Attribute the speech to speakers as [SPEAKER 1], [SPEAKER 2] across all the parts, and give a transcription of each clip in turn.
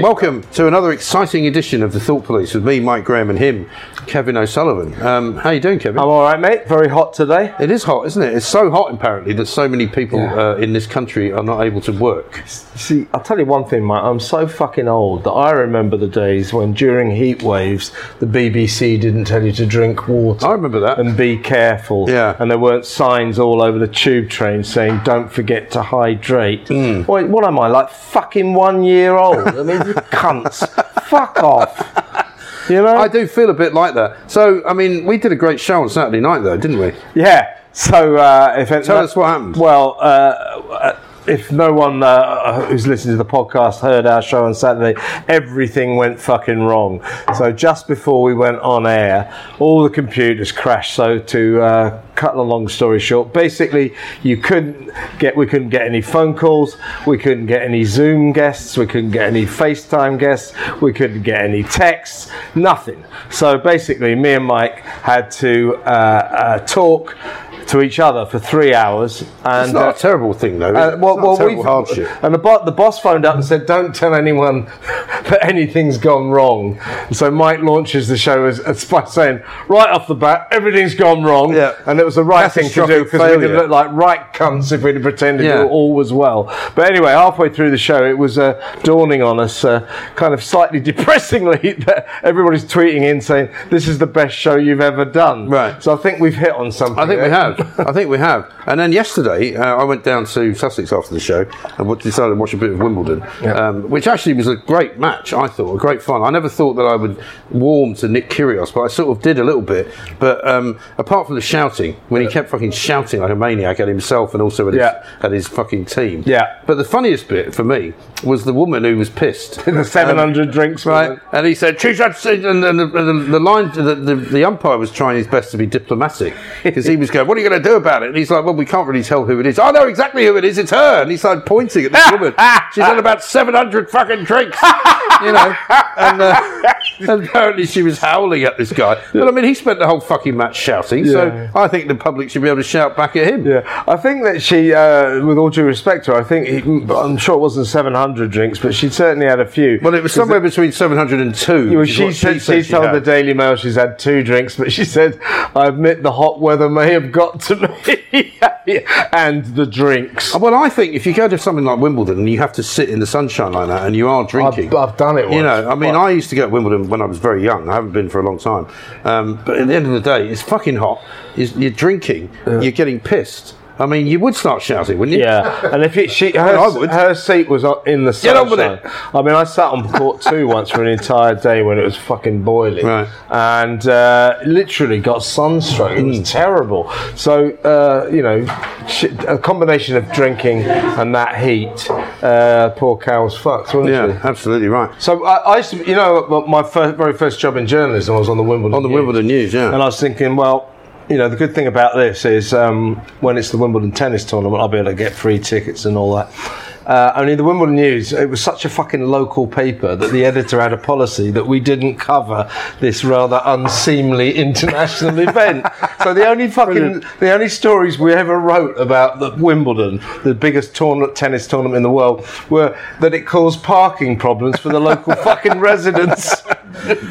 [SPEAKER 1] Welcome to another exciting edition of the Thought Police with me, Mike Graham, and him, Kevin O'Sullivan. Um, how you doing, Kevin?
[SPEAKER 2] I'm all right, mate. Very hot today.
[SPEAKER 1] It is hot, isn't it? It's so hot, apparently, that so many people uh, in this country are not able to work.
[SPEAKER 2] See, I'll tell you one thing, mate. I'm so fucking old that I remember the days when during heat waves, the BBC didn't tell you to drink water.
[SPEAKER 1] I remember that.
[SPEAKER 2] And be careful.
[SPEAKER 1] Yeah.
[SPEAKER 2] And there weren't signs all over the tube train saying, don't forget to hydrate.
[SPEAKER 1] Hmm.
[SPEAKER 2] Wait, what am I, like fucking one year old? I mean, you cunts. Fuck off. You know?
[SPEAKER 1] I do feel a bit like that. So, I mean, we did a great show on Saturday night, though, didn't we?
[SPEAKER 2] Yeah. So uh, if
[SPEAKER 1] Tell us what happened.
[SPEAKER 2] Well, uh, uh, if no one uh, who's listening to the podcast heard our show on Saturday, everything went fucking wrong. So just before we went on air, all the computers crashed. So to uh, cut the long story short, basically you couldn't get we couldn't get any phone calls, we couldn't get any Zoom guests, we couldn't get any FaceTime guests, we couldn't get any texts, nothing. So basically, me and Mike had to uh, uh, talk to each other for three hours. And
[SPEAKER 1] It's
[SPEAKER 2] uh,
[SPEAKER 1] not a terrible thing, though. is
[SPEAKER 2] uh,
[SPEAKER 1] it?
[SPEAKER 2] well,
[SPEAKER 1] It's not
[SPEAKER 2] well,
[SPEAKER 1] a terrible
[SPEAKER 2] we've-
[SPEAKER 1] hardship.
[SPEAKER 2] And the, bo- the boss phoned up and said, "Don't tell anyone that anything's gone wrong." So Mike launches the show as, as by saying, "Right off the bat, everything's gone wrong,"
[SPEAKER 1] Yeah.
[SPEAKER 2] and it was the right
[SPEAKER 1] Catastrophic
[SPEAKER 2] thing to do because we'd
[SPEAKER 1] failure.
[SPEAKER 2] look like right cunts if we'd pretended
[SPEAKER 1] Yeah.
[SPEAKER 2] it all was well. But anyway, halfway through the show, it was uh, dawning on us, uh, kind of slightly depressingly, that everybody's tweeting in saying, "This is the best show you've ever done."
[SPEAKER 1] Right.
[SPEAKER 2] So I think we've hit on something.
[SPEAKER 1] I think we
[SPEAKER 2] there.
[SPEAKER 1] have. I think we have. And then yesterday, uh, I went down to Sussex after the show and wa- decided to watch a bit of Wimbledon, um, which actually was a great match. I thought a great fun. I never thought that I would warm to Nick Kyrgios, but I sort of did a little bit. But um, apart from the shouting, when he kept fucking shouting like a maniac at himself and also at,
[SPEAKER 2] Yeah.
[SPEAKER 1] his, at his fucking team.
[SPEAKER 2] Yeah.
[SPEAKER 1] But the funniest bit for me was the woman who was pissed.
[SPEAKER 2] The 700 drinks,
[SPEAKER 1] Right,
[SPEAKER 2] woman.
[SPEAKER 1] and he said, "Choose that." seat," And, and, the, and the, the line, the, the, the umpire was trying his best to be diplomatic because he was going, "What are you going to do about it?" And he's like, "Well, we can't really tell who it is." I know exactly who it is. It's her. And he's like pointing at this woman. She's had about seven hundred fucking drinks, you know. And, uh, and apparently, she was howling at this guy. But I mean, he spent the whole fucking match shouting.
[SPEAKER 2] Yeah.
[SPEAKER 1] So I think the public should be able to shout back at him.
[SPEAKER 2] Yeah, I think that she, uh, with all due respect to her, I think he, I'm sure it wasn't 700 drinks, but she certainly had a few.
[SPEAKER 1] Well, it was somewhere between seven hundred and two.
[SPEAKER 2] Well,
[SPEAKER 1] which is
[SPEAKER 2] she,
[SPEAKER 1] what
[SPEAKER 2] said,
[SPEAKER 1] said
[SPEAKER 2] she told
[SPEAKER 1] had.
[SPEAKER 2] the Daily Mail she's had two drinks, but she said, "I admit the hot weather may have got to me, and the drinks."
[SPEAKER 1] Uh, Well, I think if you go to something like Wimbledon and you have to sit in the sunshine like that and you are drinking.
[SPEAKER 2] I've- I've done it
[SPEAKER 1] You
[SPEAKER 2] once.
[SPEAKER 1] know, I mean, I used to go to Wimbledon when I was very young. I haven't been for a long time. Um, but at the end of the day, it's fucking hot. It's, you're drinking, you're getting pissed. I mean, you would start shouting, wouldn't you?
[SPEAKER 2] Yeah, and if it, she, her,
[SPEAKER 1] Well, I would.
[SPEAKER 2] her seat was on- in the
[SPEAKER 1] Get
[SPEAKER 2] sunshine.
[SPEAKER 1] on with it.
[SPEAKER 2] I mean, I sat on court two once for an entire day when it was fucking boiling,
[SPEAKER 1] Right.
[SPEAKER 2] and uh, literally got sunstroke. It
[SPEAKER 1] Hmm.
[SPEAKER 2] was terrible. So uh, you know, sh a combination of drinking and that heat, uh, poor cow was fucked, wasn't
[SPEAKER 1] Yeah,
[SPEAKER 2] she?
[SPEAKER 1] absolutely right.
[SPEAKER 2] So I, I used to, you know, m- my first, very first job in journalism, I was on the Wimbledon.
[SPEAKER 1] On the
[SPEAKER 2] News.
[SPEAKER 1] Wimbledon News, yeah.
[SPEAKER 2] And I was thinking, well, you know, the good thing about this is um, when it's the Wimbledon tennis tournament, I'll be able to get free tickets and all that. Uh, only the Wimbledon News, it was such a fucking local paper that the editor had a policy that we didn't cover this rather unseemly international event. So the only fucking, the only stories we ever wrote about the Wimbledon, the biggest tourna- tennis tournament in the world, were that it caused parking problems for the local fucking residents.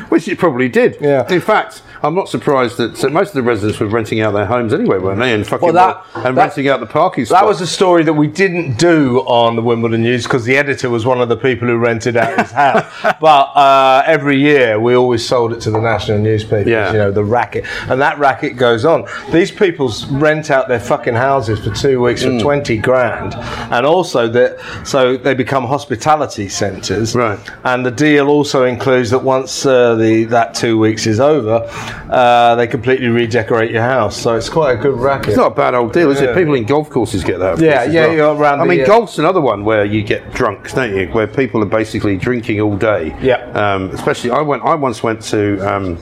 [SPEAKER 1] which it probably did.
[SPEAKER 2] Yeah.
[SPEAKER 1] In fact, I'm not surprised that so most of the residents were renting out their homes anyway, weren't they? And fucking
[SPEAKER 2] Well, that-
[SPEAKER 1] and
[SPEAKER 2] that-
[SPEAKER 1] renting out the parking spot.
[SPEAKER 2] That was a story that we didn't do on the Wimbledon News because the editor was one of the people who rented out his house. but uh, every year we always sold it to the national newspapers.
[SPEAKER 1] Yeah.
[SPEAKER 2] You know the racket, and that racket goes on. These people s- rent out their fucking houses for two weeks
[SPEAKER 1] Mm.
[SPEAKER 2] for twenty grand, and also that so they become hospitality centres.
[SPEAKER 1] Right.
[SPEAKER 2] And the deal also includes that once uh, the that two weeks is over, uh, they completely redecorate your house. So it's quite a good racket.
[SPEAKER 1] It's not a bad old deal, is
[SPEAKER 2] Yeah.
[SPEAKER 1] it? People in golf courses get that. of
[SPEAKER 2] Yeah,
[SPEAKER 1] course, as
[SPEAKER 2] yeah,
[SPEAKER 1] well.
[SPEAKER 2] you're around
[SPEAKER 1] I
[SPEAKER 2] the-
[SPEAKER 1] mean,
[SPEAKER 2] yeah.
[SPEAKER 1] golf's another one where you get drunk, don't you? Where people are basically drinking all day.
[SPEAKER 2] Yeah.
[SPEAKER 1] Um, especially, I went. I once went to. Um,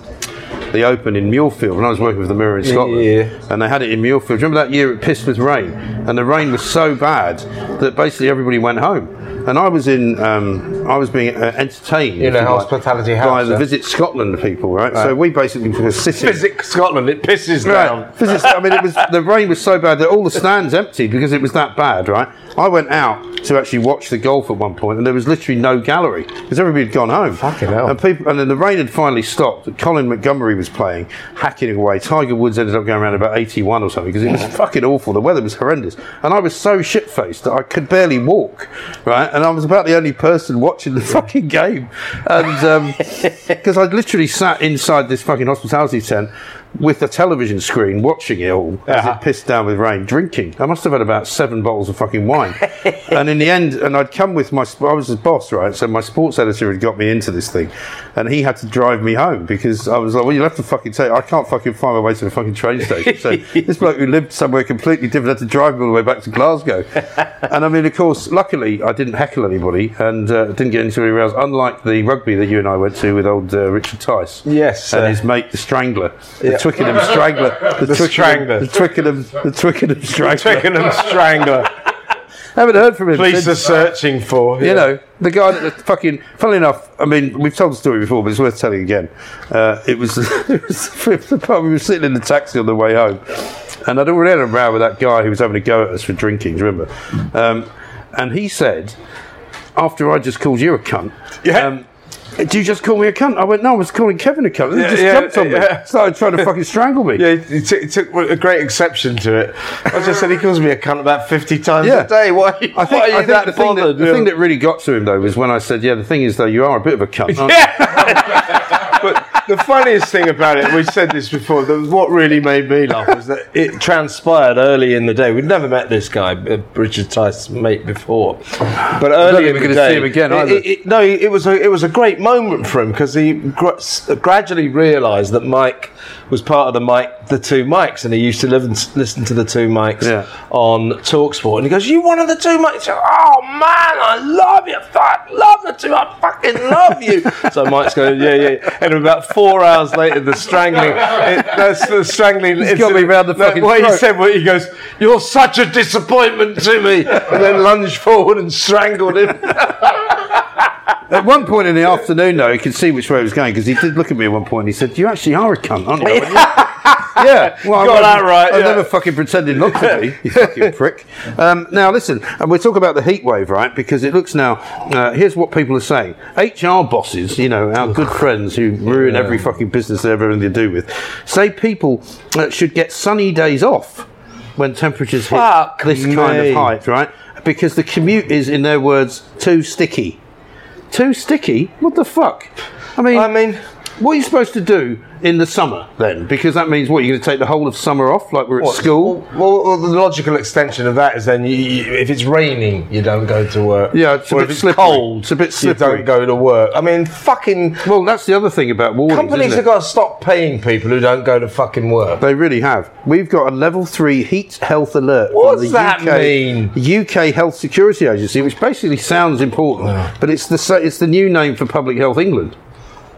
[SPEAKER 1] the Open in Muirfield, when I was working with the Mirror in Scotland,
[SPEAKER 2] Yeah.
[SPEAKER 1] and they had it in Muirfield. Do you Remember that year it pissed with rain, and the rain was so bad that basically everybody went home. And I was in, um, I was being uh, entertained if
[SPEAKER 2] In
[SPEAKER 1] you
[SPEAKER 2] a
[SPEAKER 1] like,
[SPEAKER 2] hospitality
[SPEAKER 1] by
[SPEAKER 2] house,
[SPEAKER 1] the
[SPEAKER 2] yeah.
[SPEAKER 1] Visit Scotland people, right? So we basically were sitting.
[SPEAKER 2] Visit Scotland, it pisses down.
[SPEAKER 1] Right. 'Cause it's- I mean, it was the rain was so bad that all the stands emptied because it was that bad, right? I went out to actually watch the golf at one point, and there was literally no gallery because everybody had gone home.
[SPEAKER 2] Fucking hell.
[SPEAKER 1] And people, and then the rain had finally stopped. Colin Montgomery was playing, hacking away. Tiger Woods ended up going around about eighty-one or something because it was fucking awful. The weather was horrendous, and I was so shit-faced that I could barely walk, right? And I was about the only person watching the fucking game, and. Um, Because I literally sat inside this fucking hospitality tent with a television screen watching it all as it pissed down with rain, drinking. I must have had about seven bottles of fucking wine. and in the end, and I'd come with my, sp- I was his boss, right? So my sports editor had got me into this thing and he had to drive me home because I was like, well, you'll have to fucking take, I can't fucking find my way to the fucking train station. So this bloke who lived somewhere completely different had to drive me all the way back to Glasgow. and I mean, of course, luckily I didn't heckle anybody and uh, didn't get into any rows, unlike the rugby that you and I went to with old uh, Richard Tice.
[SPEAKER 2] Yes,
[SPEAKER 1] And
[SPEAKER 2] uh,
[SPEAKER 1] his mate, the Strangler. The
[SPEAKER 2] Yeah.
[SPEAKER 1] Twickenham Strangler.
[SPEAKER 2] The
[SPEAKER 1] Twickenham-
[SPEAKER 2] Strangler.
[SPEAKER 1] The Twickenham, the Twickenham Strangler.
[SPEAKER 2] Twickenham Strangler.
[SPEAKER 1] haven't heard from him
[SPEAKER 2] Police are
[SPEAKER 1] since.
[SPEAKER 2] searching for.
[SPEAKER 1] You know, the guy that the fucking. Funnily enough, I mean, we've told the story before, but it's worth telling again. Uh, it was it was the part we were sitting in the taxi on the way home, and I'd already had a row with that guy who was having a go at us for drinking. Do you remember? Um, and he said, after I just called you a cunt.
[SPEAKER 2] Yeah.
[SPEAKER 1] um, do you just call me a cunt? I went, no, I was calling Kevin a cunt. And he
[SPEAKER 2] Yeah,
[SPEAKER 1] just
[SPEAKER 2] yeah,
[SPEAKER 1] jumped on me.
[SPEAKER 2] yeah.
[SPEAKER 1] Started trying to fucking strangle me.
[SPEAKER 2] Yeah, he took, he took a great exception to it. I just said he calls me a cunt about 50 times
[SPEAKER 1] Yeah.
[SPEAKER 2] a day. Why, why are you that
[SPEAKER 1] the, thing
[SPEAKER 2] bothered?
[SPEAKER 1] that, the
[SPEAKER 2] Yeah.
[SPEAKER 1] thing that really got to him, though, was when I said, yeah, the thing is, though, you are a bit of a cunt. aren't you?"
[SPEAKER 2] Yeah. but the funniest thing about it, we said this before, that what really made me laugh was that it transpired early in the day. We'd never met this guy, uh, Richard Tice's mate, before. But
[SPEAKER 1] think
[SPEAKER 2] early in
[SPEAKER 1] we're
[SPEAKER 2] the
[SPEAKER 1] gonna
[SPEAKER 2] day,
[SPEAKER 1] see him again
[SPEAKER 2] it-
[SPEAKER 1] either.
[SPEAKER 2] it- it- no, it was a it was a great moment for him because he gr- s- gradually realised that Mike was part of the Mike, the two mics, and he used to live and s- listen to the two mics
[SPEAKER 1] Yeah.
[SPEAKER 2] on Talksport, and he goes, "You one of the two mics?" Oh man, I love you, fuck, love the two, I fucking love you. so Mike's going, "Yeah, yeah," and about four hours later, the strangling, it, that's the strangling. It's
[SPEAKER 1] got me round the fucking
[SPEAKER 2] What he
[SPEAKER 1] throat.
[SPEAKER 2] said, what he goes, "You're such a disappointment to me," and then lunged forward and strangled him.
[SPEAKER 1] At one point in the afternoon, though, he could see which way it was going because he did look at me at one point and he said, You actually are a cunt, aren't you? I went, yeah. yeah. Well,
[SPEAKER 2] Got that right,
[SPEAKER 1] I
[SPEAKER 2] yeah.
[SPEAKER 1] never fucking pretended not to be, you fucking prick. Um, now, listen, and we're talking about the heat wave, right? Because it looks now, uh, here's what people are saying HR bosses, you know, our good friends who ruin every fucking business they have everything to do with, say people uh, should get sunny days off when temperatures hit
[SPEAKER 2] Fuck
[SPEAKER 1] this kind
[SPEAKER 2] me.
[SPEAKER 1] of height, right? Because the commute is, in their words, too sticky. Too sticky? What the fuck? I mean,
[SPEAKER 2] I mean-
[SPEAKER 1] what are you supposed to do in the summer then? Because that means what you're going to take the whole of summer off, like we're at school.
[SPEAKER 2] Well, well, the logical extension of that is then you, you, if it's raining, you don't go to work.
[SPEAKER 1] Yeah, it's a
[SPEAKER 2] or
[SPEAKER 1] bit
[SPEAKER 2] if it's
[SPEAKER 1] slippery.
[SPEAKER 2] cold,
[SPEAKER 1] It's a bit
[SPEAKER 2] You
[SPEAKER 1] slippery.
[SPEAKER 2] don't go to work. I mean, fucking
[SPEAKER 1] Well, that's the other thing about warnings.
[SPEAKER 2] companies
[SPEAKER 1] isn't
[SPEAKER 2] have
[SPEAKER 1] it?
[SPEAKER 2] got to stop paying people who don't go to fucking work.
[SPEAKER 1] They really have. We've got a level three heat health alert
[SPEAKER 2] What
[SPEAKER 1] from the
[SPEAKER 2] does that
[SPEAKER 1] UK,
[SPEAKER 2] mean?
[SPEAKER 1] UK Health Security Agency, which basically sounds important, but it's the sa- it's the new name for Public Health England.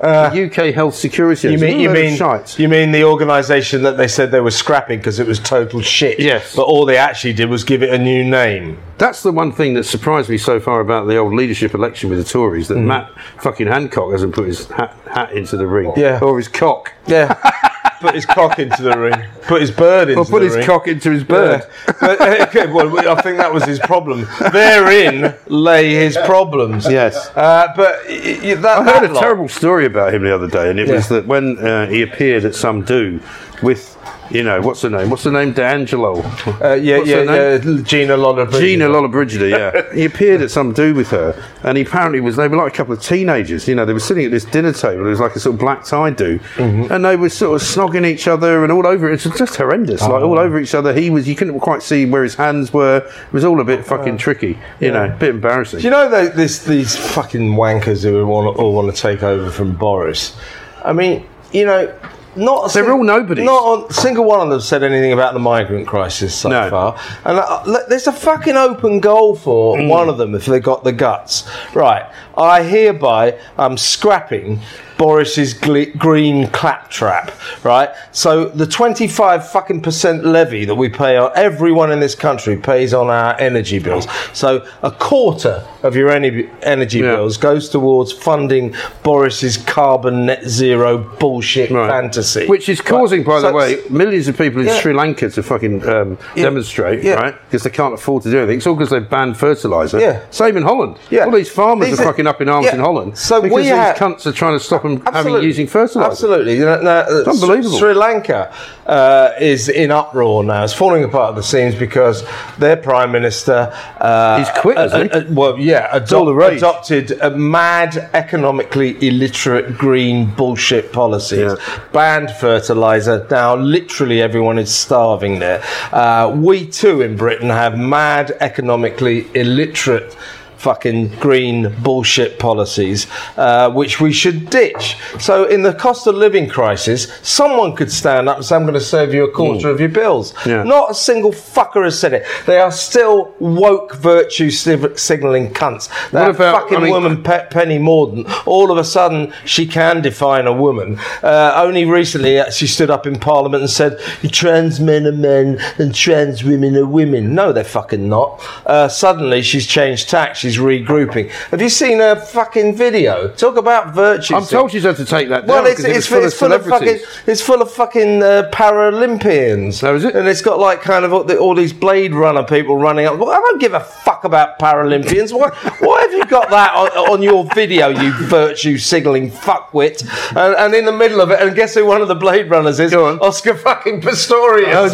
[SPEAKER 1] The UK Health Security.
[SPEAKER 2] Uh, You
[SPEAKER 1] Agency. What a
[SPEAKER 2] mean you
[SPEAKER 1] load of
[SPEAKER 2] mean
[SPEAKER 1] shite.
[SPEAKER 2] you mean the organisation that they said they were scrapping because it was total shit?
[SPEAKER 1] Yes.
[SPEAKER 2] But all they actually did was give it a new name.
[SPEAKER 1] That's the one thing that surprised me so far about the old leadership election with the Tories
[SPEAKER 2] Mm.
[SPEAKER 1] that Matt fucking Hancock hasn't put his hat, hat into the ring.
[SPEAKER 2] Yeah.
[SPEAKER 1] Or his cock.
[SPEAKER 2] Yeah. put his cock into the ring. Put his bird into
[SPEAKER 1] Or put
[SPEAKER 2] the
[SPEAKER 1] his
[SPEAKER 2] ring.
[SPEAKER 1] cock into his bird.
[SPEAKER 2] Yeah. But, uh, okay, well, we- I think that was his problem. Therein lay his problems.
[SPEAKER 1] Yes.
[SPEAKER 2] Uh, but y- y- that,
[SPEAKER 1] I heard
[SPEAKER 2] that
[SPEAKER 1] a
[SPEAKER 2] lot-
[SPEAKER 1] terrible story about him the other day, and it
[SPEAKER 2] Yeah.
[SPEAKER 1] was that when uh, he appeared at some do with, you know, what's her name? What's her name? D'Angelo.
[SPEAKER 2] Uh, yeah,
[SPEAKER 1] What's
[SPEAKER 2] yeah,
[SPEAKER 1] her name?
[SPEAKER 2] yeah. Gina Lollibrigida.
[SPEAKER 1] Gina Lollobrigida, yeah. he appeared at some do with her, and he apparently was, they were like a couple of teenagers, you know, they were sitting at this dinner table, it was like a sort of black tie do,
[SPEAKER 2] Mm-hmm.
[SPEAKER 1] and they were sort of snogging each other and all over, it was just horrendous, like
[SPEAKER 2] Oh.
[SPEAKER 1] all over each other. He was, you couldn't quite see where his hands were, it was all a bit fucking tricky, you know, a bit embarrassing.
[SPEAKER 2] Oh. Do you know tho- this, these fucking wankers who want, all want to take over from Boris? I mean, you know, not a
[SPEAKER 1] They're all nobodies.
[SPEAKER 2] Not on, single one of them said anything about the migrant crisis so
[SPEAKER 1] No.
[SPEAKER 2] far. And uh, look, there's a fucking open goal for
[SPEAKER 1] Mm.
[SPEAKER 2] one of them if they got the guts. Right, I hereby am scrapping. Boris's gl- green claptrap, right? So the 25 fucking percent levy that we pay on everyone in this country pays on our energy bills. So a quarter of your ener- energy
[SPEAKER 1] Yeah.
[SPEAKER 2] bills goes towards funding Boris's carbon net zero bullshit
[SPEAKER 1] Right.
[SPEAKER 2] fantasy,
[SPEAKER 1] Which is causing,
[SPEAKER 2] Right.
[SPEAKER 1] by the
[SPEAKER 2] So-
[SPEAKER 1] way, millions of people in
[SPEAKER 2] Yeah.
[SPEAKER 1] Sri Lanka to fucking um, demonstrate,
[SPEAKER 2] Yeah.
[SPEAKER 1] right? Because they can't afford to do anything. It's all because they've banned fertilizer.
[SPEAKER 2] Yeah.
[SPEAKER 1] Same in Holland.
[SPEAKER 2] Yeah.
[SPEAKER 1] All these farmers
[SPEAKER 2] These
[SPEAKER 1] are
[SPEAKER 2] are-
[SPEAKER 1] fucking up in arms
[SPEAKER 2] yeah.
[SPEAKER 1] in Holland.
[SPEAKER 2] So
[SPEAKER 1] because
[SPEAKER 2] we
[SPEAKER 1] these
[SPEAKER 2] ha-
[SPEAKER 1] cunts are trying to stop them having
[SPEAKER 2] Absolutely.
[SPEAKER 1] using fertilizer.
[SPEAKER 2] Absolutely. You know, now, uh,
[SPEAKER 1] It's unbelievable.
[SPEAKER 2] Sri Lanka uh, is in uproar now. It's falling apart at the seams because their prime minister. Uh,
[SPEAKER 1] He's quit,
[SPEAKER 2] uh,
[SPEAKER 1] hasn't he?
[SPEAKER 2] uh, uh, well, yeah,
[SPEAKER 1] all the
[SPEAKER 2] adopt,
[SPEAKER 1] rage.
[SPEAKER 2] adopted a mad, economically illiterate green bullshit policies.
[SPEAKER 1] Yeah.
[SPEAKER 2] Banned fertilizer. Now, literally, everyone is starving there. Uh, we too in Britain have mad, economically illiterate fucking green bullshit policies, uh, which we should ditch. So, in the cost of living crisis, someone could stand up and say, I'm going to save you a quarter of your bills.
[SPEAKER 1] Mm. Yeah.
[SPEAKER 2] Not a single fucker has said it. They are still woke virtue civ- signalling cunts. That
[SPEAKER 1] about-
[SPEAKER 2] fucking
[SPEAKER 1] I mean-
[SPEAKER 2] woman, Pe- Penny Morden, all of a sudden she can define a woman. Uh, only recently uh, she stood up in Parliament and said, trans men are men and trans women are women. No, they're fucking not. Uh, suddenly she's changed tack, she's regrouping. Have you seen her fucking video? Talk about virtue.
[SPEAKER 1] I'm told she's had to take that
[SPEAKER 2] Well,
[SPEAKER 1] down
[SPEAKER 2] it's,
[SPEAKER 1] because it
[SPEAKER 2] it's,
[SPEAKER 1] was full
[SPEAKER 2] it's,
[SPEAKER 1] of
[SPEAKER 2] full of fucking
[SPEAKER 1] celebrities.
[SPEAKER 2] it's full of fucking uh, Paralympians.
[SPEAKER 1] Oh, is it?
[SPEAKER 2] And it's got like kind of all, the, all these Blade Runner people running up. Well, I don't give a fuck about Paralympians. Why, why have you got that on, on your video, you virtue signalling fuckwit? And, and in the middle of it, and guess who one of the Blade Runners is?
[SPEAKER 1] Go on.
[SPEAKER 2] Oscar fucking Pistorius.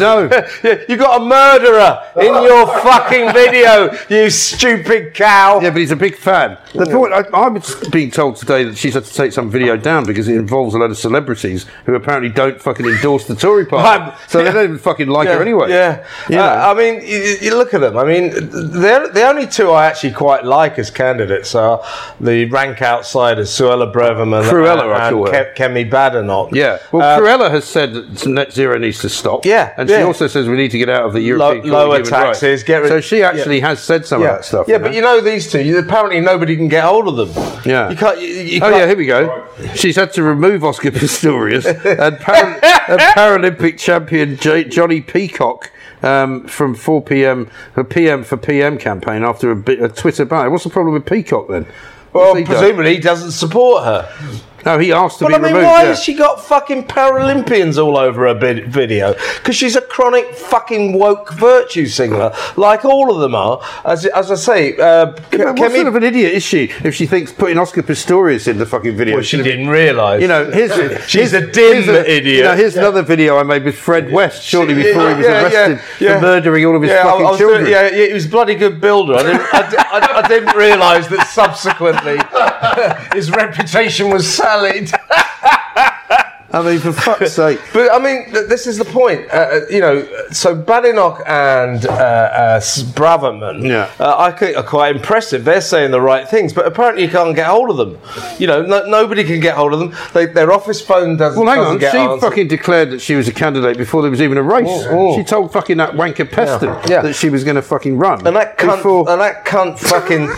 [SPEAKER 1] Oh, no.
[SPEAKER 2] Yeah, you got a murderer in your fucking video, you stupid cow.
[SPEAKER 1] Yeah, but he's a big fan. The point I, I was being told today that she's had to take some video down because it involves a lot of celebrities who apparently don't fucking endorse the Tory party.
[SPEAKER 2] Right.
[SPEAKER 1] so they don't even fucking like
[SPEAKER 2] yeah,
[SPEAKER 1] her anyway.
[SPEAKER 2] Yeah.
[SPEAKER 1] You know?
[SPEAKER 2] Uh, I mean, you, you look at them. I mean, they're the only two I actually quite like as candidates are the rank outsiders, Suella Breverman
[SPEAKER 1] Cruella,
[SPEAKER 2] and,
[SPEAKER 1] I
[SPEAKER 2] and
[SPEAKER 1] call her.
[SPEAKER 2] Ke- Kemi Badenoch.
[SPEAKER 1] Yeah. Well,
[SPEAKER 2] Uh,
[SPEAKER 1] Cruella has said that net zero needs to stop.
[SPEAKER 2] Yeah,
[SPEAKER 1] And she
[SPEAKER 2] yeah.
[SPEAKER 1] also says we need to get out of the European Court of
[SPEAKER 2] lower
[SPEAKER 1] Human Rights.
[SPEAKER 2] taxes, get rid-
[SPEAKER 1] So she actually has said some
[SPEAKER 2] yeah.
[SPEAKER 1] of that stuff.
[SPEAKER 2] yeah, but you know these two. You, apparently, nobody can get hold of them.
[SPEAKER 1] Yeah.
[SPEAKER 2] you can't. You, you
[SPEAKER 1] Oh
[SPEAKER 2] can't-
[SPEAKER 1] yeah, here we go. She's had to remove Oscar Pistorius and, para- and Paralympic champion J- Johnny Peacock um, from 4 p.m. for PM for PM campaign after a, bit, a Twitter ban. What's the problem with Peacock then?
[SPEAKER 2] Well,
[SPEAKER 1] What's he done?
[SPEAKER 2] presumably he doesn't support her.
[SPEAKER 1] No, he asked to
[SPEAKER 2] But
[SPEAKER 1] be
[SPEAKER 2] I mean,
[SPEAKER 1] removed.
[SPEAKER 2] why
[SPEAKER 1] yeah.
[SPEAKER 2] has she got fucking Paralympians all over her vid- video? Because she's a chronic fucking woke virtue signaler, like all of them are. As, as I say, uh,
[SPEAKER 1] Yeah,
[SPEAKER 2] Ke-
[SPEAKER 1] but what
[SPEAKER 2] Kemi-
[SPEAKER 1] sort of an idiot is she if she thinks putting Oscar Pistorius in the fucking video?
[SPEAKER 2] Well, she
[SPEAKER 1] should have-
[SPEAKER 2] didn't realise.
[SPEAKER 1] You know, here's
[SPEAKER 2] She's
[SPEAKER 1] here's-
[SPEAKER 2] a dim
[SPEAKER 1] here's a-
[SPEAKER 2] idiot.
[SPEAKER 1] You know, here's another video I made with Fred West shortly before he was
[SPEAKER 2] Yeah, yeah,
[SPEAKER 1] arrested
[SPEAKER 2] yeah.
[SPEAKER 1] for murdering all of his
[SPEAKER 2] Yeah, I- I
[SPEAKER 1] fucking
[SPEAKER 2] was doing-
[SPEAKER 1] children.
[SPEAKER 2] yeah, yeah, he was a bloody good builder. I didn't, I, di- I- I didn't realise that subsequently his reputation was sullied.
[SPEAKER 1] I mean, for fuck's sake.
[SPEAKER 2] But I mean, th- this is the point. Uh, Uh, you know, so Badenoch and uh, uh, S- Braverman,
[SPEAKER 1] Yeah.
[SPEAKER 2] uh, I think are quite impressive. They're saying the right things, but apparently you can't get hold of them. You know, no, nobody can get hold of them. They, their office phone doesn't.
[SPEAKER 1] Well, hang
[SPEAKER 2] doesn't
[SPEAKER 1] on. She
[SPEAKER 2] get answered.
[SPEAKER 1] fucking declared that she was a candidate before there was even a race.
[SPEAKER 2] Oh, oh.
[SPEAKER 1] She told fucking that wanker Peston
[SPEAKER 2] Yeah. Yeah.
[SPEAKER 1] that she was going to fucking run.
[SPEAKER 2] And that cunt,
[SPEAKER 1] before-
[SPEAKER 2] and that cunt fucking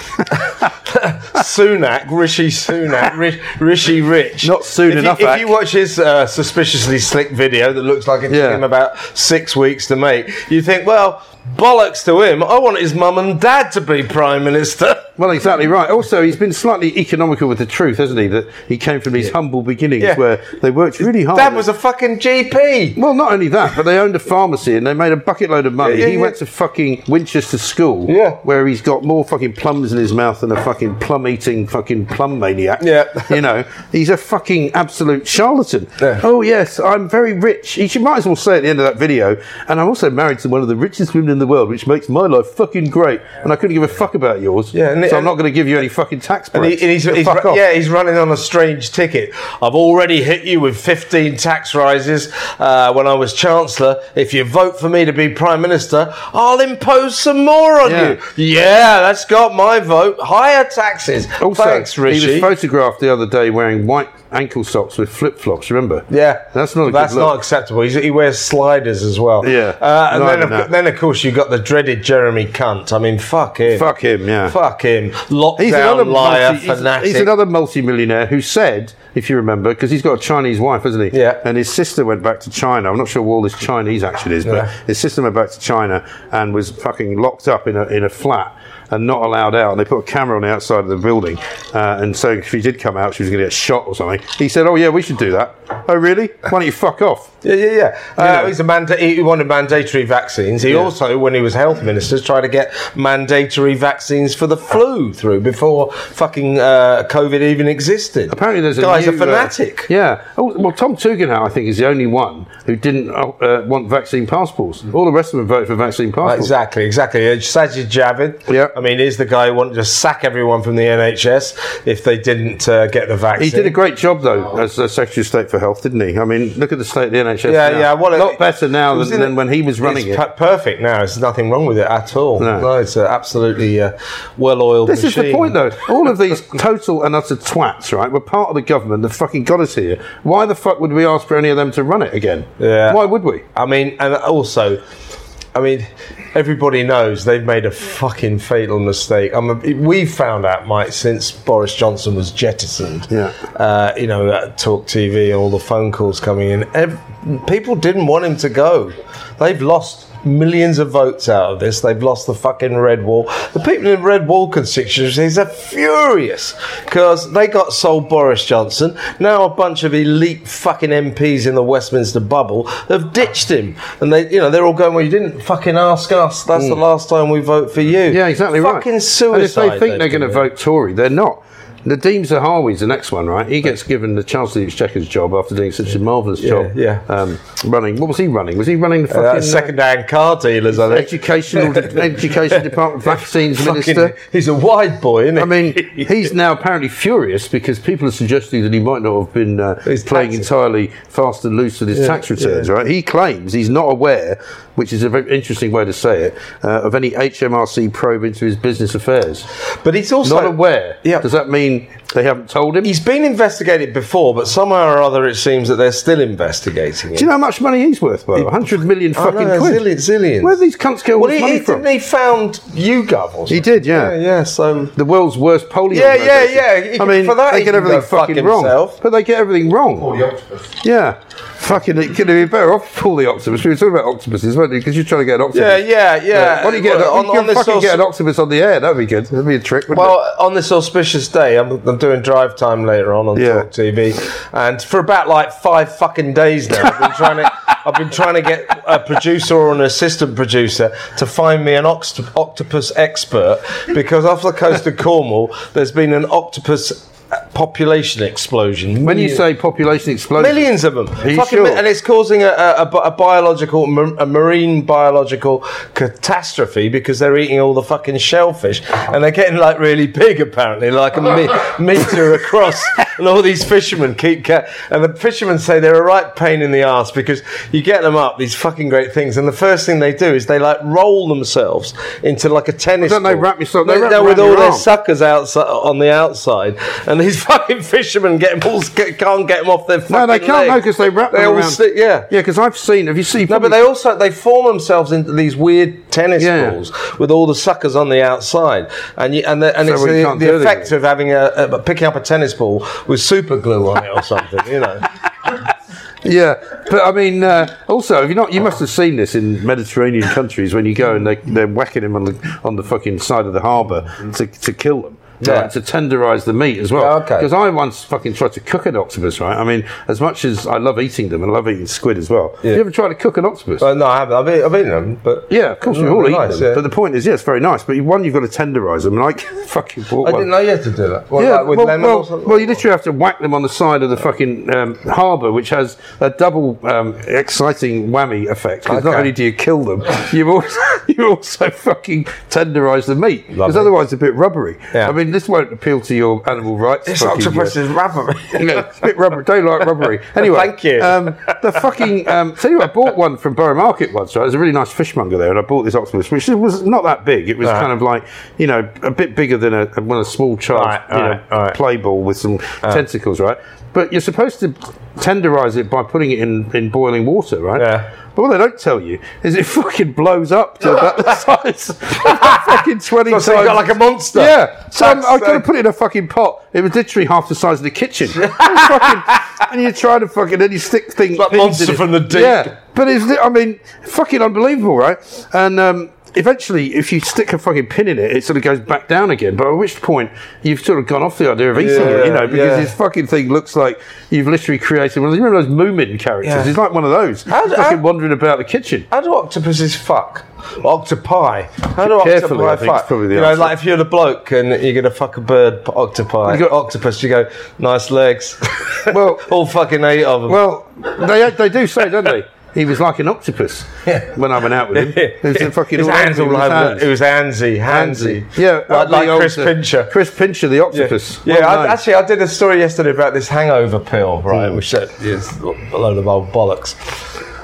[SPEAKER 2] Sunak, Rishi Sunak, Rish, Rishi Rich.
[SPEAKER 1] Not soon
[SPEAKER 2] if
[SPEAKER 1] enough,
[SPEAKER 2] You, if
[SPEAKER 1] Ak.
[SPEAKER 2] you watch his uh, suspiciously slick video that looks like it
[SPEAKER 1] Yeah.
[SPEAKER 2] took him about six weeks to make, you think, well, Bollocks to him. I want his mum and dad to be prime minister.
[SPEAKER 1] Well, exactly right. Also, he's been slightly economical with the truth, hasn't he? That he came from these humble beginnings
[SPEAKER 2] Yeah.
[SPEAKER 1] where they worked really hard.
[SPEAKER 2] Dad was a fucking GP.
[SPEAKER 1] well, not only that, but they owned a pharmacy and they made a bucket load of money.
[SPEAKER 2] Yeah, yeah,
[SPEAKER 1] he
[SPEAKER 2] yeah.
[SPEAKER 1] went to fucking Winchester School,
[SPEAKER 2] Yeah.
[SPEAKER 1] where he's got more fucking plums in his mouth than a fucking plum eating fucking plum maniac.
[SPEAKER 2] Yeah.
[SPEAKER 1] you know, he's a fucking absolute charlatan.
[SPEAKER 2] Yeah.
[SPEAKER 1] Oh yes, I'm very rich. He should might as well say at the end of that video, and I'm also married to one of the richest women in the world, which makes my life fucking great. And I couldn't give a fuck about yours.
[SPEAKER 2] Yeah, and-
[SPEAKER 1] so I'm
[SPEAKER 2] and-
[SPEAKER 1] not going to give you any fucking tax
[SPEAKER 2] And, he,
[SPEAKER 1] breaks.
[SPEAKER 2] and he's,
[SPEAKER 1] So
[SPEAKER 2] he's
[SPEAKER 1] fuck
[SPEAKER 2] ru-
[SPEAKER 1] off.
[SPEAKER 2] yeah, he's running on a strange ticket. I've already hit you with 15 tax rises uh, when I was Chancellor. If you vote for me to be Prime Minister, I'll impose some more on
[SPEAKER 1] Yeah.
[SPEAKER 2] you. Yeah, that's got my vote. Higher taxes.
[SPEAKER 1] Also,
[SPEAKER 2] Thanks, Rishi.
[SPEAKER 1] he was photographed the other day wearing white ankle socks with flip flops. Remember?
[SPEAKER 2] Yeah,
[SPEAKER 1] that's not. A
[SPEAKER 2] that's
[SPEAKER 1] good
[SPEAKER 2] not
[SPEAKER 1] look.
[SPEAKER 2] acceptable. He's, he wears sliders as well.
[SPEAKER 1] Yeah,
[SPEAKER 2] uh, and
[SPEAKER 1] no,
[SPEAKER 2] then
[SPEAKER 1] no,
[SPEAKER 2] of,
[SPEAKER 1] no.
[SPEAKER 2] then of course you got the dreaded Jeremy Cunt. I mean, fuck him.
[SPEAKER 1] Fuck him, yeah.
[SPEAKER 2] Fuck him. Lockdown
[SPEAKER 1] He's another
[SPEAKER 2] liar,
[SPEAKER 1] multi, he's-
[SPEAKER 2] fanatic.
[SPEAKER 1] He's, another multi-millionaire who said, if you remember, because he's got a Chinese wife, hasn't he?
[SPEAKER 2] Yeah.
[SPEAKER 1] And his sister went back to China. I'm not sure what all this Chinese action is, but
[SPEAKER 2] Yeah.
[SPEAKER 1] his sister went back to China and was fucking locked up in a in a flat and not allowed out. And they put a camera on the outside of the building, uh, and so if she did come out, she was going to get shot or something. He said, "Oh yeah, we should do that." Oh really? Why don't you fuck off?
[SPEAKER 2] yeah, yeah, yeah. Uh,
[SPEAKER 1] know.
[SPEAKER 2] He's a manda- he he wanted mandatory vaccines. He
[SPEAKER 1] Yeah.
[SPEAKER 2] also, when he was health minister, tried to get mandatory vaccines for the flu through before fucking uh, COVID even existed.
[SPEAKER 1] Apparently, there's a
[SPEAKER 2] guy's
[SPEAKER 1] new,
[SPEAKER 2] a
[SPEAKER 1] uh,
[SPEAKER 2] fanatic.
[SPEAKER 1] yeah. Oh, well, Tom Tugendhat, I think, is the only one who didn't uh, uh, want vaccine passports. All the rest of them voted for vaccine passports.
[SPEAKER 2] Mm. Exactly, exactly. Uh, Sajid Javid.
[SPEAKER 1] Yeah.
[SPEAKER 2] I mean, he's the guy who wanted to sack everyone from the NHS if they didn't uh, get the vaccine.
[SPEAKER 1] He did a great job,
[SPEAKER 2] Oh.
[SPEAKER 1] though, as uh, Secretary of State for Health, didn't he? I mean, look at the state of the NHS.
[SPEAKER 2] Yeah,
[SPEAKER 1] now.
[SPEAKER 2] yeah. Well,
[SPEAKER 1] a lot
[SPEAKER 2] it-
[SPEAKER 1] better
[SPEAKER 2] it
[SPEAKER 1] now
[SPEAKER 2] was
[SPEAKER 1] than,
[SPEAKER 2] in a-
[SPEAKER 1] than when he was running
[SPEAKER 2] it's
[SPEAKER 1] it.
[SPEAKER 2] per- perfect now. There's nothing wrong with it at all.
[SPEAKER 1] No.
[SPEAKER 2] it's an absolutely uh, well-oiled
[SPEAKER 1] This is
[SPEAKER 2] machine.
[SPEAKER 1] the point, though. All of these total and utter twats, right? We're part of the government that fucking got us here. Why the fuck would we ask for any of them to run it again?
[SPEAKER 2] Yeah.
[SPEAKER 1] Why would we?
[SPEAKER 2] I mean, and also, I mean, everybody knows they've made a fucking fatal mistake. I mean, we found out, Mike, since Boris Johnson was jettisoned.
[SPEAKER 1] Yeah.
[SPEAKER 2] Uh, you know, uh, Talk TV and all the phone calls coming in. Ev- people didn't want him to go. They've lost. Millions of votes out of this. They've lost the fucking Red Wall. The people in Red Wall constituencies are furious because they got sold Boris Johnson. Now a bunch of elite fucking MPs in the Westminster bubble have ditched him, and they, you know, they're all going, "Well, you didn't fucking ask us. That's the last time we vote for you."
[SPEAKER 1] Mm. Yeah, exactly right.
[SPEAKER 2] Fucking suicide.
[SPEAKER 1] And if they think
[SPEAKER 2] they've
[SPEAKER 1] they're going to
[SPEAKER 2] committed.
[SPEAKER 1] vote Tory, they're not. Nadeem Zahawi's the next one, right? He gets given the Chancellor of the Exchequer's job after doing such a marvellous job.
[SPEAKER 2] yeah.
[SPEAKER 1] Um, running. What was he running? Was he running the fucking. uh,
[SPEAKER 2] Uh, second-hand car dealers, I think.
[SPEAKER 1] Educational, education department, vaccines
[SPEAKER 2] Fucking-
[SPEAKER 1] minister.
[SPEAKER 2] he's a wide boy, isn't he?
[SPEAKER 1] I mean, he's now apparently furious because people are suggesting that he might not have been uh,
[SPEAKER 2] His
[SPEAKER 1] playing
[SPEAKER 2] taxes.
[SPEAKER 1] entirely fast and loose with his tax returns, right? He claims he's not aware, which is a very interesting way to say it, uh, of any HMRC probe into his business affairs.
[SPEAKER 2] but he's also
[SPEAKER 1] Not aware.
[SPEAKER 2] Yeah.
[SPEAKER 1] Does that mean they haven't told him?
[SPEAKER 2] He's been investigated before, but somehow or other, it seems that they're still investigating him.
[SPEAKER 1] Do you know how much money he's worth, by the way? 100 million
[SPEAKER 2] I know,
[SPEAKER 1] fucking quid.
[SPEAKER 2] Zillions, Oh, zillions.
[SPEAKER 1] Where do these cunts get all
[SPEAKER 2] well,
[SPEAKER 1] this
[SPEAKER 2] he,
[SPEAKER 1] money
[SPEAKER 2] he,
[SPEAKER 1] from?
[SPEAKER 2] Didn't he found YouGov or something?
[SPEAKER 1] He did, yeah.
[SPEAKER 2] Yeah, yeah, so...
[SPEAKER 1] the world's worst polling.
[SPEAKER 2] Yeah, yeah,
[SPEAKER 1] organisation.
[SPEAKER 2] yeah. He
[SPEAKER 1] I
[SPEAKER 2] can-
[SPEAKER 1] mean,
[SPEAKER 2] for that
[SPEAKER 1] they
[SPEAKER 2] he
[SPEAKER 1] get
[SPEAKER 2] can
[SPEAKER 1] everything
[SPEAKER 2] go fuck
[SPEAKER 1] fucking wrong.
[SPEAKER 2] himself.
[SPEAKER 1] But they get everything wrong. Paul the octopus. Yeah. Fucking, it could be better off Paul the octopus. We were talking about octopuses, weren't we? Because you're trying to get an octopus.
[SPEAKER 2] Yeah, yeah, yeah.
[SPEAKER 1] Why don't you get,
[SPEAKER 2] Well,
[SPEAKER 1] an, you
[SPEAKER 2] on- on
[SPEAKER 1] can
[SPEAKER 2] this
[SPEAKER 1] fucking
[SPEAKER 2] source-
[SPEAKER 1] get an octopus on the air? That'd be good. That'd be a trick. Wouldn't it?
[SPEAKER 2] Well, on this auspicious day, I'm, I'm doing drive time later on on
[SPEAKER 1] Yeah.
[SPEAKER 2] Talk TV, and for about like five fucking days now, I've been trying to, I've been trying to get a producer or an assistant producer to find me an oct- octopus expert because off the coast of Cornwall, there's been an octopus uh, population explosion.
[SPEAKER 1] when you say population explosion,
[SPEAKER 2] Millions of them,
[SPEAKER 1] Are you
[SPEAKER 2] Fucking
[SPEAKER 1] sure?
[SPEAKER 2] mi- and it's causing a, a, a bi- a biological, mar- a marine biological catastrophe because they're eating all the fucking shellfish, and they're getting like really big apparently, like a me- meter across, and all these fishermen keep, ca- and the fishermen say they're a right pain in the ass because you get them up these fucking great things, and the first thing they do is they like roll themselves into like a tennis.
[SPEAKER 1] Don't they
[SPEAKER 2] ball.
[SPEAKER 1] wrap yourself- they
[SPEAKER 2] They,
[SPEAKER 1] wrap
[SPEAKER 2] they're with
[SPEAKER 1] around
[SPEAKER 2] all
[SPEAKER 1] your
[SPEAKER 2] their
[SPEAKER 1] arm.
[SPEAKER 2] suckers outside on the outside, and these fucking fishermen get them all, can't get them off their
[SPEAKER 1] no, they
[SPEAKER 2] fucking
[SPEAKER 1] can't know
[SPEAKER 2] leg.
[SPEAKER 1] because they wrap
[SPEAKER 2] They
[SPEAKER 1] them
[SPEAKER 2] all
[SPEAKER 1] around.
[SPEAKER 2] sit- yeah.
[SPEAKER 1] yeah. Because I've seen. Have you seen?
[SPEAKER 2] No, but they also they form themselves into these weird tennis
[SPEAKER 1] Yeah.
[SPEAKER 2] balls with all the suckers on the outside, and you, and the, and
[SPEAKER 1] So
[SPEAKER 2] it's
[SPEAKER 1] we
[SPEAKER 2] the,
[SPEAKER 1] can't do
[SPEAKER 2] the
[SPEAKER 1] anything.
[SPEAKER 2] effect of having a, a picking up a tennis ball with super glue on it or something, you know.
[SPEAKER 1] Yeah, but I mean, uh, also, have you not? You must have seen this in Mediterranean countries when you go and they, they're whacking them on the, on the fucking side of the harbour to, to kill them.
[SPEAKER 2] Mm. Yeah.
[SPEAKER 1] Like, to tenderise the meat as well.
[SPEAKER 2] Yeah, okay.
[SPEAKER 1] Because I once fucking tried to cook an octopus, right? I mean, as much as I love eating them and I love eating squid as well.
[SPEAKER 2] Yeah.
[SPEAKER 1] You ever try to cook an octopus?
[SPEAKER 2] Well, no, I haven't. I've, eat, I've eaten them, but
[SPEAKER 1] yeah, of course,
[SPEAKER 2] Mm,
[SPEAKER 1] we've all eaten
[SPEAKER 2] nice,
[SPEAKER 1] them.
[SPEAKER 2] yeah.
[SPEAKER 1] But the point is, yeah, it's very nice. But you- one, you've got to tenderise them, and I can't fucking bought
[SPEAKER 2] I
[SPEAKER 1] one.
[SPEAKER 2] didn't know you had to do that. What,
[SPEAKER 1] yeah,
[SPEAKER 2] like with Oh.
[SPEAKER 1] well,
[SPEAKER 2] lemon
[SPEAKER 1] well,
[SPEAKER 2] or something?
[SPEAKER 1] well, you literally have to whack them on the side of the fucking um, harbour, which has a double um, exciting whammy effect. 'cause Not
[SPEAKER 2] Okay.
[SPEAKER 1] only do you kill them, you also, you also fucking tenderise the meat. Because
[SPEAKER 2] Lovely.
[SPEAKER 1] otherwise, it's a bit rubbery.
[SPEAKER 2] Yeah.
[SPEAKER 1] I mean, this won't appeal to your animal rights.
[SPEAKER 2] This
[SPEAKER 1] fucking, uh,
[SPEAKER 2] octopus is rubber.
[SPEAKER 1] you know, it's a bit rubber. Don't like rubbery. Anyway,
[SPEAKER 2] Thank you.
[SPEAKER 1] Um, the fucking um, tell you, what, I bought one from Borough Market once. Right, there's a really nice fishmonger there, and I bought this octopus, which was not that big. It was
[SPEAKER 2] Right.
[SPEAKER 1] kind of like you know a bit bigger than a one of a small child
[SPEAKER 2] Right,
[SPEAKER 1] you
[SPEAKER 2] right, Uh.
[SPEAKER 1] know,
[SPEAKER 2] right.
[SPEAKER 1] play ball with some tentacles, right? But you're supposed to tenderize it by putting it in, in boiling water, right?
[SPEAKER 2] Yeah.
[SPEAKER 1] But what they don't tell you is it fucking blows up to about the size, fucking twenty
[SPEAKER 2] So
[SPEAKER 1] times.
[SPEAKER 2] you've got like a monster.
[SPEAKER 1] Yeah. So I'm,
[SPEAKER 2] That's,
[SPEAKER 1] I've got to
[SPEAKER 2] uh,
[SPEAKER 1] put it in a fucking pot. It was literally half the size of the kitchen. It was fucking- and you try to fucking, then you stick things.
[SPEAKER 2] like
[SPEAKER 1] things
[SPEAKER 2] Monster
[SPEAKER 1] in it.
[SPEAKER 2] from the Deep.
[SPEAKER 1] Yeah. But it's, li- I mean, fucking unbelievable, right? And um, eventually, if you stick a fucking pin in it, it sort of goes back down again. But at which point, you've sort of gone off the idea of eating it, you know,
[SPEAKER 2] Yeah,
[SPEAKER 1] because
[SPEAKER 2] yeah.
[SPEAKER 1] this fucking thing looks like you've literally created one of you remember those Moomin characters?
[SPEAKER 2] Yeah.
[SPEAKER 1] It's like one of those.
[SPEAKER 2] How do-
[SPEAKER 1] fucking
[SPEAKER 2] how-
[SPEAKER 1] wandering about the kitchen.
[SPEAKER 2] How do octopuses fuck? Octopi. How do
[SPEAKER 1] Carefully, I
[SPEAKER 2] octopi
[SPEAKER 1] think
[SPEAKER 2] fuck?
[SPEAKER 1] is probably the
[SPEAKER 2] you know,
[SPEAKER 1] answer.
[SPEAKER 2] like if you're the bloke and you're gonna fuck a bird, p- octopi,
[SPEAKER 1] You got-
[SPEAKER 2] octopus, you go, nice legs.
[SPEAKER 1] Well-
[SPEAKER 2] all fucking eight of them.
[SPEAKER 1] Well, they they do say, don't they? He was like an octopus when I went out with him. It was a fucking
[SPEAKER 2] his
[SPEAKER 1] all
[SPEAKER 2] hands
[SPEAKER 1] over
[SPEAKER 2] all
[SPEAKER 1] his
[SPEAKER 2] over.
[SPEAKER 1] hands.
[SPEAKER 2] the- It was Hansy, Hansy.
[SPEAKER 1] Handsy. Yeah,
[SPEAKER 2] like,
[SPEAKER 1] the
[SPEAKER 2] like
[SPEAKER 1] old,
[SPEAKER 2] Chris
[SPEAKER 1] uh,
[SPEAKER 2] Pincher.
[SPEAKER 1] Chris Pincher, the
[SPEAKER 2] Yeah,
[SPEAKER 1] octopopus.
[SPEAKER 2] yeah
[SPEAKER 1] Well
[SPEAKER 2] I,
[SPEAKER 1] known.
[SPEAKER 2] actually, I did a story yesterday about this hangover pill, right?
[SPEAKER 1] Hmm.
[SPEAKER 2] Which uh, is a load of old bollocks.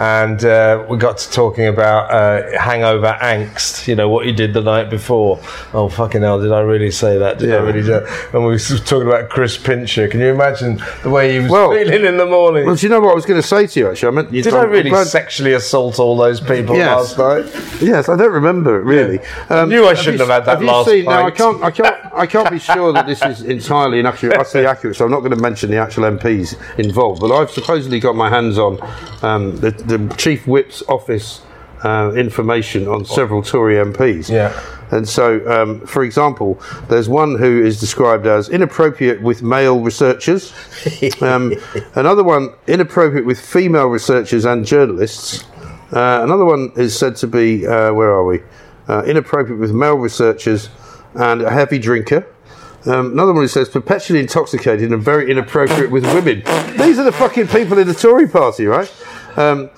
[SPEAKER 2] And uh, we got to talking about uh, hangover angst, you know, what you did the night before. Oh, fucking hell, did I really say that? Did I
[SPEAKER 1] Yeah.
[SPEAKER 2] really do that? And we were talking about Chris Pincher. Can you imagine the way he was
[SPEAKER 1] Well-
[SPEAKER 2] feeling in the morning?
[SPEAKER 1] Well, do you know what I was going to say to you? Actually, I meant you.
[SPEAKER 2] did I really sexually assault all those people
[SPEAKER 1] Yes.
[SPEAKER 2] last night?
[SPEAKER 1] Yes, I don't remember it really. Um,
[SPEAKER 2] I knew I
[SPEAKER 1] have
[SPEAKER 2] shouldn't
[SPEAKER 1] you-
[SPEAKER 2] have had that
[SPEAKER 1] you
[SPEAKER 2] last
[SPEAKER 1] seen- Now I
[SPEAKER 2] pint.
[SPEAKER 1] can't, I can't, I can't be sure that this is entirely and actually utterly accurate. So I'm not going to mention the actual MPs involved. But I've supposedly got my hands on um, the, the chief whip's office uh, information on several Tory MPs.
[SPEAKER 2] Yeah.
[SPEAKER 1] And so, um, for example, there's one who is described as inappropriate with male researchers, um, another one inappropriate with female researchers and journalists, uh, another one is said to be, uh, where are we? Uh, inappropriate with male researchers and a heavy drinker. Um, another one who says perpetually intoxicated and very inappropriate with women. These are the fucking people in the Tory party, right? Um,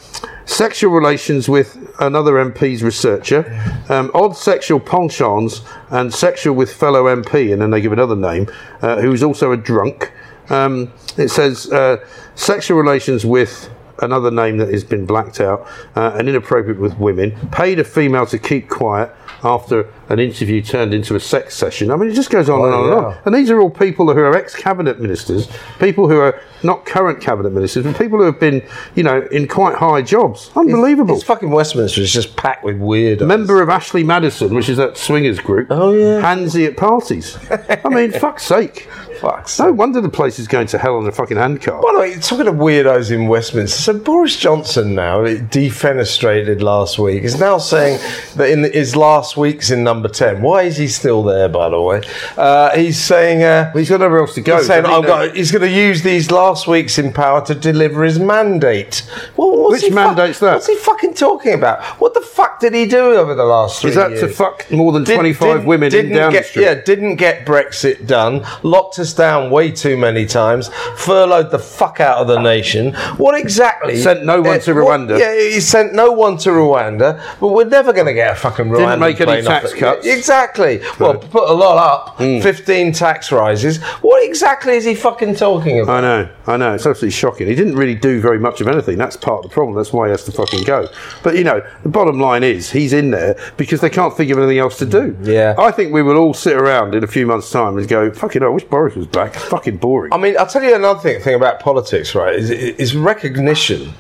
[SPEAKER 1] sexual relations with another MP's researcher, um, odd sexual penchants, and sexual with fellow MP, and then they give another name, uh, who's also a drunk. Um, it says uh, sexual relations with another name that has been blacked out uh, and inappropriate with women, paid a female to keep quiet after an interview turned into a sex session. I mean, it just goes on and on and
[SPEAKER 2] yeah.
[SPEAKER 1] on. And these are all people who are ex cabinet ministers, people who are not current cabinet ministers, but people who have been, you know, in quite high jobs. Unbelievable.
[SPEAKER 2] It's fucking Westminster. It's just packed with weirdos.
[SPEAKER 1] Member of Ashley Madison, which is that swingers group.
[SPEAKER 2] Oh, yeah.
[SPEAKER 1] Handsy at parties. I mean, fuck's sake.
[SPEAKER 2] Fuck's
[SPEAKER 1] No
[SPEAKER 2] sake.
[SPEAKER 1] wonder the place is going to hell on a fucking handcart.
[SPEAKER 2] By the way, talking of weirdos in Westminster, so Boris Johnson now defenestrated last week is now saying that in his last week's in number ten. Why is he still there? By the way, uh, he's saying uh,
[SPEAKER 1] He's got nowhere else to go.
[SPEAKER 2] He's saying
[SPEAKER 1] I mean, uh,
[SPEAKER 2] I've got, he's going to use these last weeks in power to deliver his mandate. Well, what's
[SPEAKER 1] Which
[SPEAKER 2] he
[SPEAKER 1] mandate's that?
[SPEAKER 2] What's he fucking talking about? What the fuck did he do over the last? Three
[SPEAKER 1] Is that to
[SPEAKER 2] years?
[SPEAKER 1] fuck more than
[SPEAKER 2] Did-
[SPEAKER 1] 25
[SPEAKER 2] didn't-
[SPEAKER 1] women in
[SPEAKER 2] didn't
[SPEAKER 1] Downing
[SPEAKER 2] get,
[SPEAKER 1] Street?
[SPEAKER 2] Yeah, didn't get Brexit done, locked us down way too many times, furloughed the fuck out of the nation. What exactly?
[SPEAKER 1] Sent no one
[SPEAKER 2] eh,
[SPEAKER 1] to
[SPEAKER 2] what-
[SPEAKER 1] Rwanda.
[SPEAKER 2] yeah, he sent no one to Rwanda, but we're never going to get a fucking Rwanda.
[SPEAKER 1] make any tax cuts.
[SPEAKER 2] Exactly. Well, put a lot up,
[SPEAKER 1] Hmm.
[SPEAKER 2] 15 tax rises. What exactly is he fucking talking
[SPEAKER 1] I
[SPEAKER 2] about?
[SPEAKER 1] know, I know. It's absolutely shocking. He didn't really do very much of anything. That's part of the problem. That's why he has to fucking go. But you know, the bottom line is he's in there because they can't think of anything else to do.
[SPEAKER 2] Yeah.
[SPEAKER 1] I think we will all sit around in a few months' time and go, "Fucking, hell, I wish Boris was back. It's fucking boring."
[SPEAKER 2] I mean, I'll tell you another thing, thing about politics, right? Is, is recognition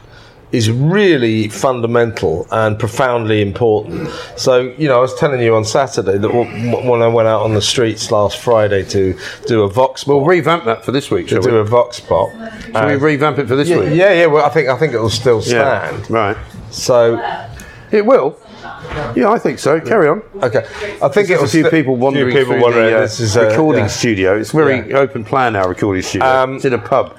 [SPEAKER 2] is really fundamental and profoundly important. So, you know, I was telling you on Saturday that w- w- when I went out on the streets last Friday to do a vox
[SPEAKER 1] We'll
[SPEAKER 2] pop,
[SPEAKER 1] revamp that for this week,
[SPEAKER 2] to
[SPEAKER 1] shall
[SPEAKER 2] do
[SPEAKER 1] we?
[SPEAKER 2] a vox pop,
[SPEAKER 1] Shall we
[SPEAKER 2] uh,
[SPEAKER 1] revamp it for this
[SPEAKER 2] yeah,
[SPEAKER 1] week?
[SPEAKER 2] yeah, yeah. Well, I think I think it'll still
[SPEAKER 1] Yeah.
[SPEAKER 2] stand.
[SPEAKER 1] Right.
[SPEAKER 2] So
[SPEAKER 1] It will. Yeah, I think so. Carry on.
[SPEAKER 2] Okay. I think
[SPEAKER 1] There's
[SPEAKER 2] it
[SPEAKER 1] a
[SPEAKER 2] was
[SPEAKER 1] few
[SPEAKER 2] th-
[SPEAKER 1] people wandering
[SPEAKER 2] few people
[SPEAKER 1] through
[SPEAKER 2] wandering.
[SPEAKER 1] the uh,
[SPEAKER 2] This is, uh,
[SPEAKER 1] recording
[SPEAKER 2] yeah.
[SPEAKER 1] studio. It's very
[SPEAKER 2] Yeah.
[SPEAKER 1] open plan, our recording studio.
[SPEAKER 2] Um,
[SPEAKER 1] it's in a pub.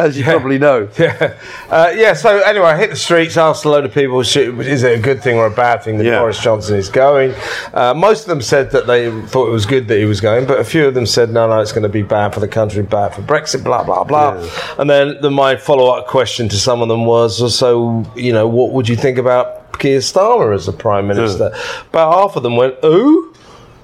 [SPEAKER 1] As you probably know.
[SPEAKER 2] Yeah. Uh, yeah. So anyway, I hit the streets, asked a load of people, "Should- is it a good thing or a bad thing that
[SPEAKER 1] Yeah.
[SPEAKER 2] Boris Johnson is going? Uh, most of them said that they thought it was good that he was going, but a few of them said, no, no, it's going to be bad for the country, bad for Brexit, blah, blah, blah. And then the, my follow up question to some of them was, "Well, so, you know, what would you think about Keir Starmer as the Prime Minister? About half of them went, ooh,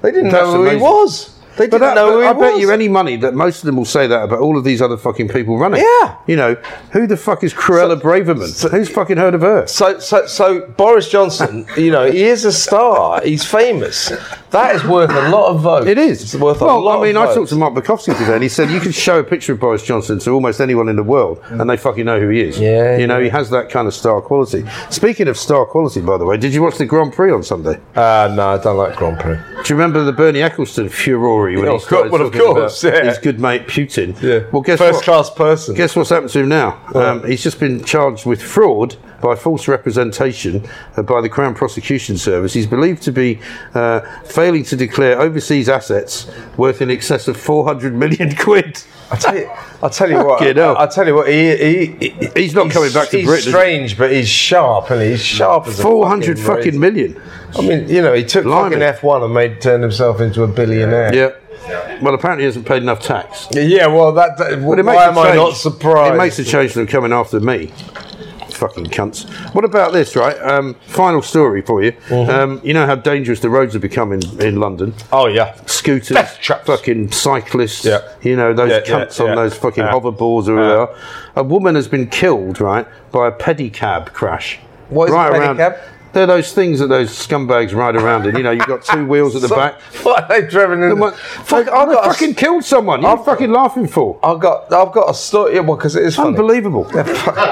[SPEAKER 2] they didn't
[SPEAKER 1] That's
[SPEAKER 2] know who he
[SPEAKER 1] amazing.
[SPEAKER 2] was. They
[SPEAKER 1] But that,
[SPEAKER 2] didn't know
[SPEAKER 1] but
[SPEAKER 2] who he
[SPEAKER 1] I
[SPEAKER 2] was.
[SPEAKER 1] bet you any money that most of them will say that about all of these other fucking people running.
[SPEAKER 2] Yeah.
[SPEAKER 1] You know, who the fuck is Cruella Braverman? Who's fucking heard of her?
[SPEAKER 2] So, so, so Boris Johnson, you know, he is a star. He's famous. That is worth a lot of votes.
[SPEAKER 1] It is.
[SPEAKER 2] It's worth
[SPEAKER 1] well,
[SPEAKER 2] a lot.
[SPEAKER 1] I mean,
[SPEAKER 2] of
[SPEAKER 1] I
[SPEAKER 2] votes.
[SPEAKER 1] talked to Mark Bukowski today, and he said you can show a picture of Boris Johnson to almost anyone in the world, and they fucking know who he is.
[SPEAKER 2] Yeah,
[SPEAKER 1] You know,
[SPEAKER 2] yeah.
[SPEAKER 1] he has that kind of star quality. Speaking of star quality, by the way, did you watch the Grand Prix on Sunday?
[SPEAKER 2] Uh, no, I don't like Grand Prix.
[SPEAKER 1] Do you remember the Bernie Ecclestone furore when
[SPEAKER 2] Yeah,
[SPEAKER 1] he
[SPEAKER 2] of course-
[SPEAKER 1] started
[SPEAKER 2] Oh, well, of
[SPEAKER 1] talking
[SPEAKER 2] course,
[SPEAKER 1] about
[SPEAKER 2] yeah.
[SPEAKER 1] his good mate Putin?
[SPEAKER 2] Yeah.
[SPEAKER 1] Well, guess
[SPEAKER 2] First
[SPEAKER 1] what?
[SPEAKER 2] class person.
[SPEAKER 1] Guess what's happened to him now? Um, he's just been charged with fraud by false representation uh, by the Crown Prosecution Service. He's believed to be uh, failing to declare overseas assets worth in excess of 400 million quid.
[SPEAKER 2] I tell you, I tell you what.
[SPEAKER 1] Fucking hell.
[SPEAKER 2] I, I tell you what. He, he, he-
[SPEAKER 1] He's not coming back to
[SPEAKER 2] he's
[SPEAKER 1] Britain, is he?
[SPEAKER 2] strange, but he's sharp, and he's sharp as a
[SPEAKER 1] 400 fucking
[SPEAKER 2] razor.
[SPEAKER 1] million.
[SPEAKER 2] I mean, you know, he took
[SPEAKER 1] Blimey.
[SPEAKER 2] fucking F one and made turned himself into a billionaire.
[SPEAKER 1] Yeah. Well, apparently he hasn't paid enough tax.
[SPEAKER 2] Yeah, well, that, that
[SPEAKER 1] But it makes
[SPEAKER 2] why
[SPEAKER 1] a
[SPEAKER 2] am I
[SPEAKER 1] change.
[SPEAKER 2] not surprised?
[SPEAKER 1] It makes a change to them coming after me. Fucking cunts. What about this, right? Um, final story for you.
[SPEAKER 2] Mm-hmm.
[SPEAKER 1] Um, you know how dangerous the roads have become in, in London?
[SPEAKER 2] oh yeah,
[SPEAKER 1] Scooters,
[SPEAKER 2] Death traps.
[SPEAKER 1] fucking cyclists,
[SPEAKER 2] Yeah.
[SPEAKER 1] you know, those
[SPEAKER 2] Yeah, yeah,
[SPEAKER 1] cunts on
[SPEAKER 2] yeah.
[SPEAKER 1] those fucking
[SPEAKER 2] Yeah.
[SPEAKER 1] hoverboards or whatever. A woman has been killed, right, by a pedicab crash.
[SPEAKER 2] What is a
[SPEAKER 1] right around-
[SPEAKER 2] pedicab?
[SPEAKER 1] They're those things that those scumbags ride around in. You know, you've got two wheels at the back.
[SPEAKER 2] What are they driving in?
[SPEAKER 1] Come on. Fuck, I fucking killed someone. You're fucking laughing for.
[SPEAKER 2] I've got, I've got a story. Yeah, well, because it is funny. Um,
[SPEAKER 1] Unbelievable.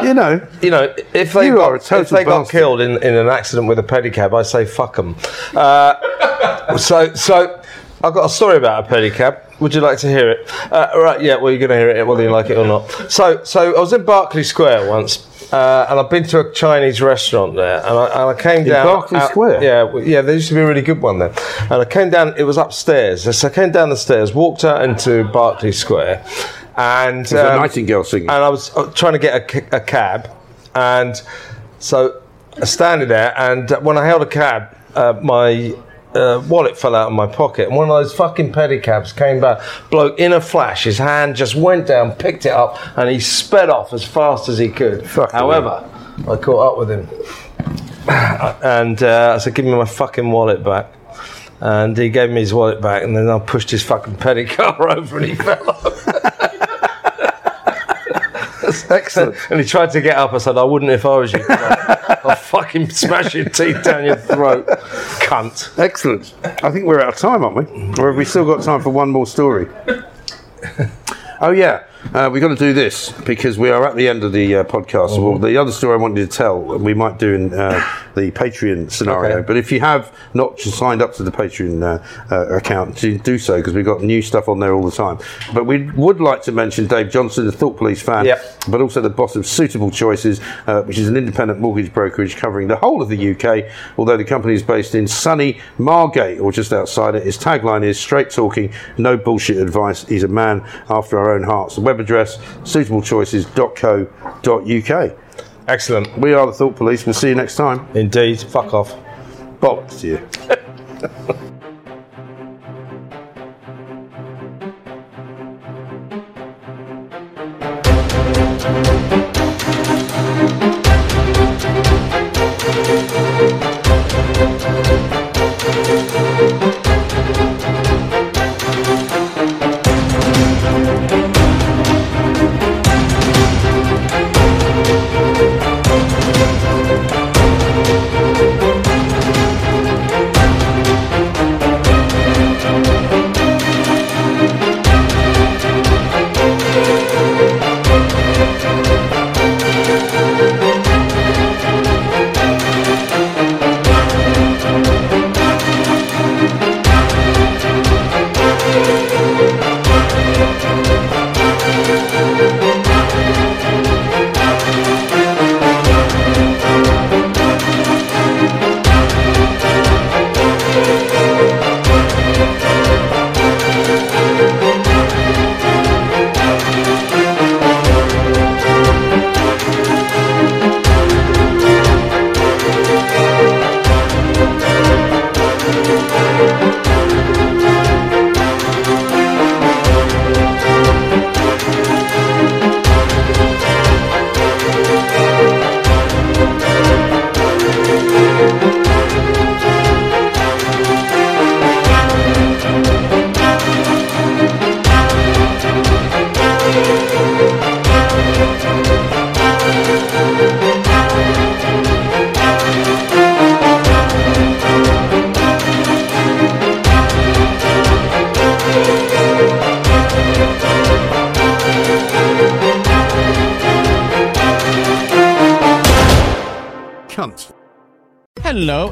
[SPEAKER 1] you know,
[SPEAKER 2] You know, if they
[SPEAKER 1] You
[SPEAKER 2] got,
[SPEAKER 1] are a total
[SPEAKER 2] if they got
[SPEAKER 1] bastard.
[SPEAKER 2] killed in, in an accident with a pedicab, I say fuck them. Uh, so, so I've got a story about a pedicab. Would you like to hear it? Uh, right, yeah. Well, you're going to hear it whether you like it or not. So, so I was in Berkeley Square once, uh, and I've been to a Chinese restaurant there, and I, and I came down
[SPEAKER 1] Berkeley
[SPEAKER 2] out-
[SPEAKER 1] Square?
[SPEAKER 2] Yeah, yeah, w- yeah, there used to be a really good one there. And I came down, it was upstairs. So I came down the stairs, walked out into Berkeley Square, and. um, It was
[SPEAKER 1] a nightingale singing.
[SPEAKER 2] And I was uh, trying to get a, ca- a cab, and so I standing there, and uh, when I held a cab, uh, my. Uh, wallet fell out of my pocket, and one of those fucking pedicabs came back. Bloke in a flash, his hand just went down, picked it up, and he sped off as fast as he could.
[SPEAKER 1] Fucking
[SPEAKER 2] However, I caught up with him and uh, I said, "Give me my fucking wallet back." And he gave me his wallet back, and then I pushed his fucking pedicab over, and he fell off. That's excellent. And he tried to get up. I said, "I wouldn't if I was you. I'll fucking smash your teeth down your throat, cunt."
[SPEAKER 1] Excellent. I think we're out of time, aren't we? Or have we still got time for one more story? oh, yeah. Uh, we've got to do this because we are at the end of the uh, podcast. Well, the other story I wanted to tell, we might do in uh, the Patreon scenario.
[SPEAKER 2] Okay.
[SPEAKER 1] But if you have not just signed up to the Patreon uh, uh, account, do, do so because we've got new stuff on there all the time. But we would like to mention Dave Johnson, the Thought Police fan,
[SPEAKER 2] Yep.
[SPEAKER 1] but also the boss of Suitable Choices, uh, which is an independent mortgage brokerage covering the whole of the UK, although the company is based in sunny Margate or just outside it. His tagline is straight talking, no bullshit advice. He's a man after our own hearts. The web address, suitablechoices.co.uk.
[SPEAKER 2] Excellent,
[SPEAKER 1] We are the Thought Police. We'll see you next time.
[SPEAKER 2] indeed. Fuck off.
[SPEAKER 1] Bollocks to you.
[SPEAKER 3] Hello,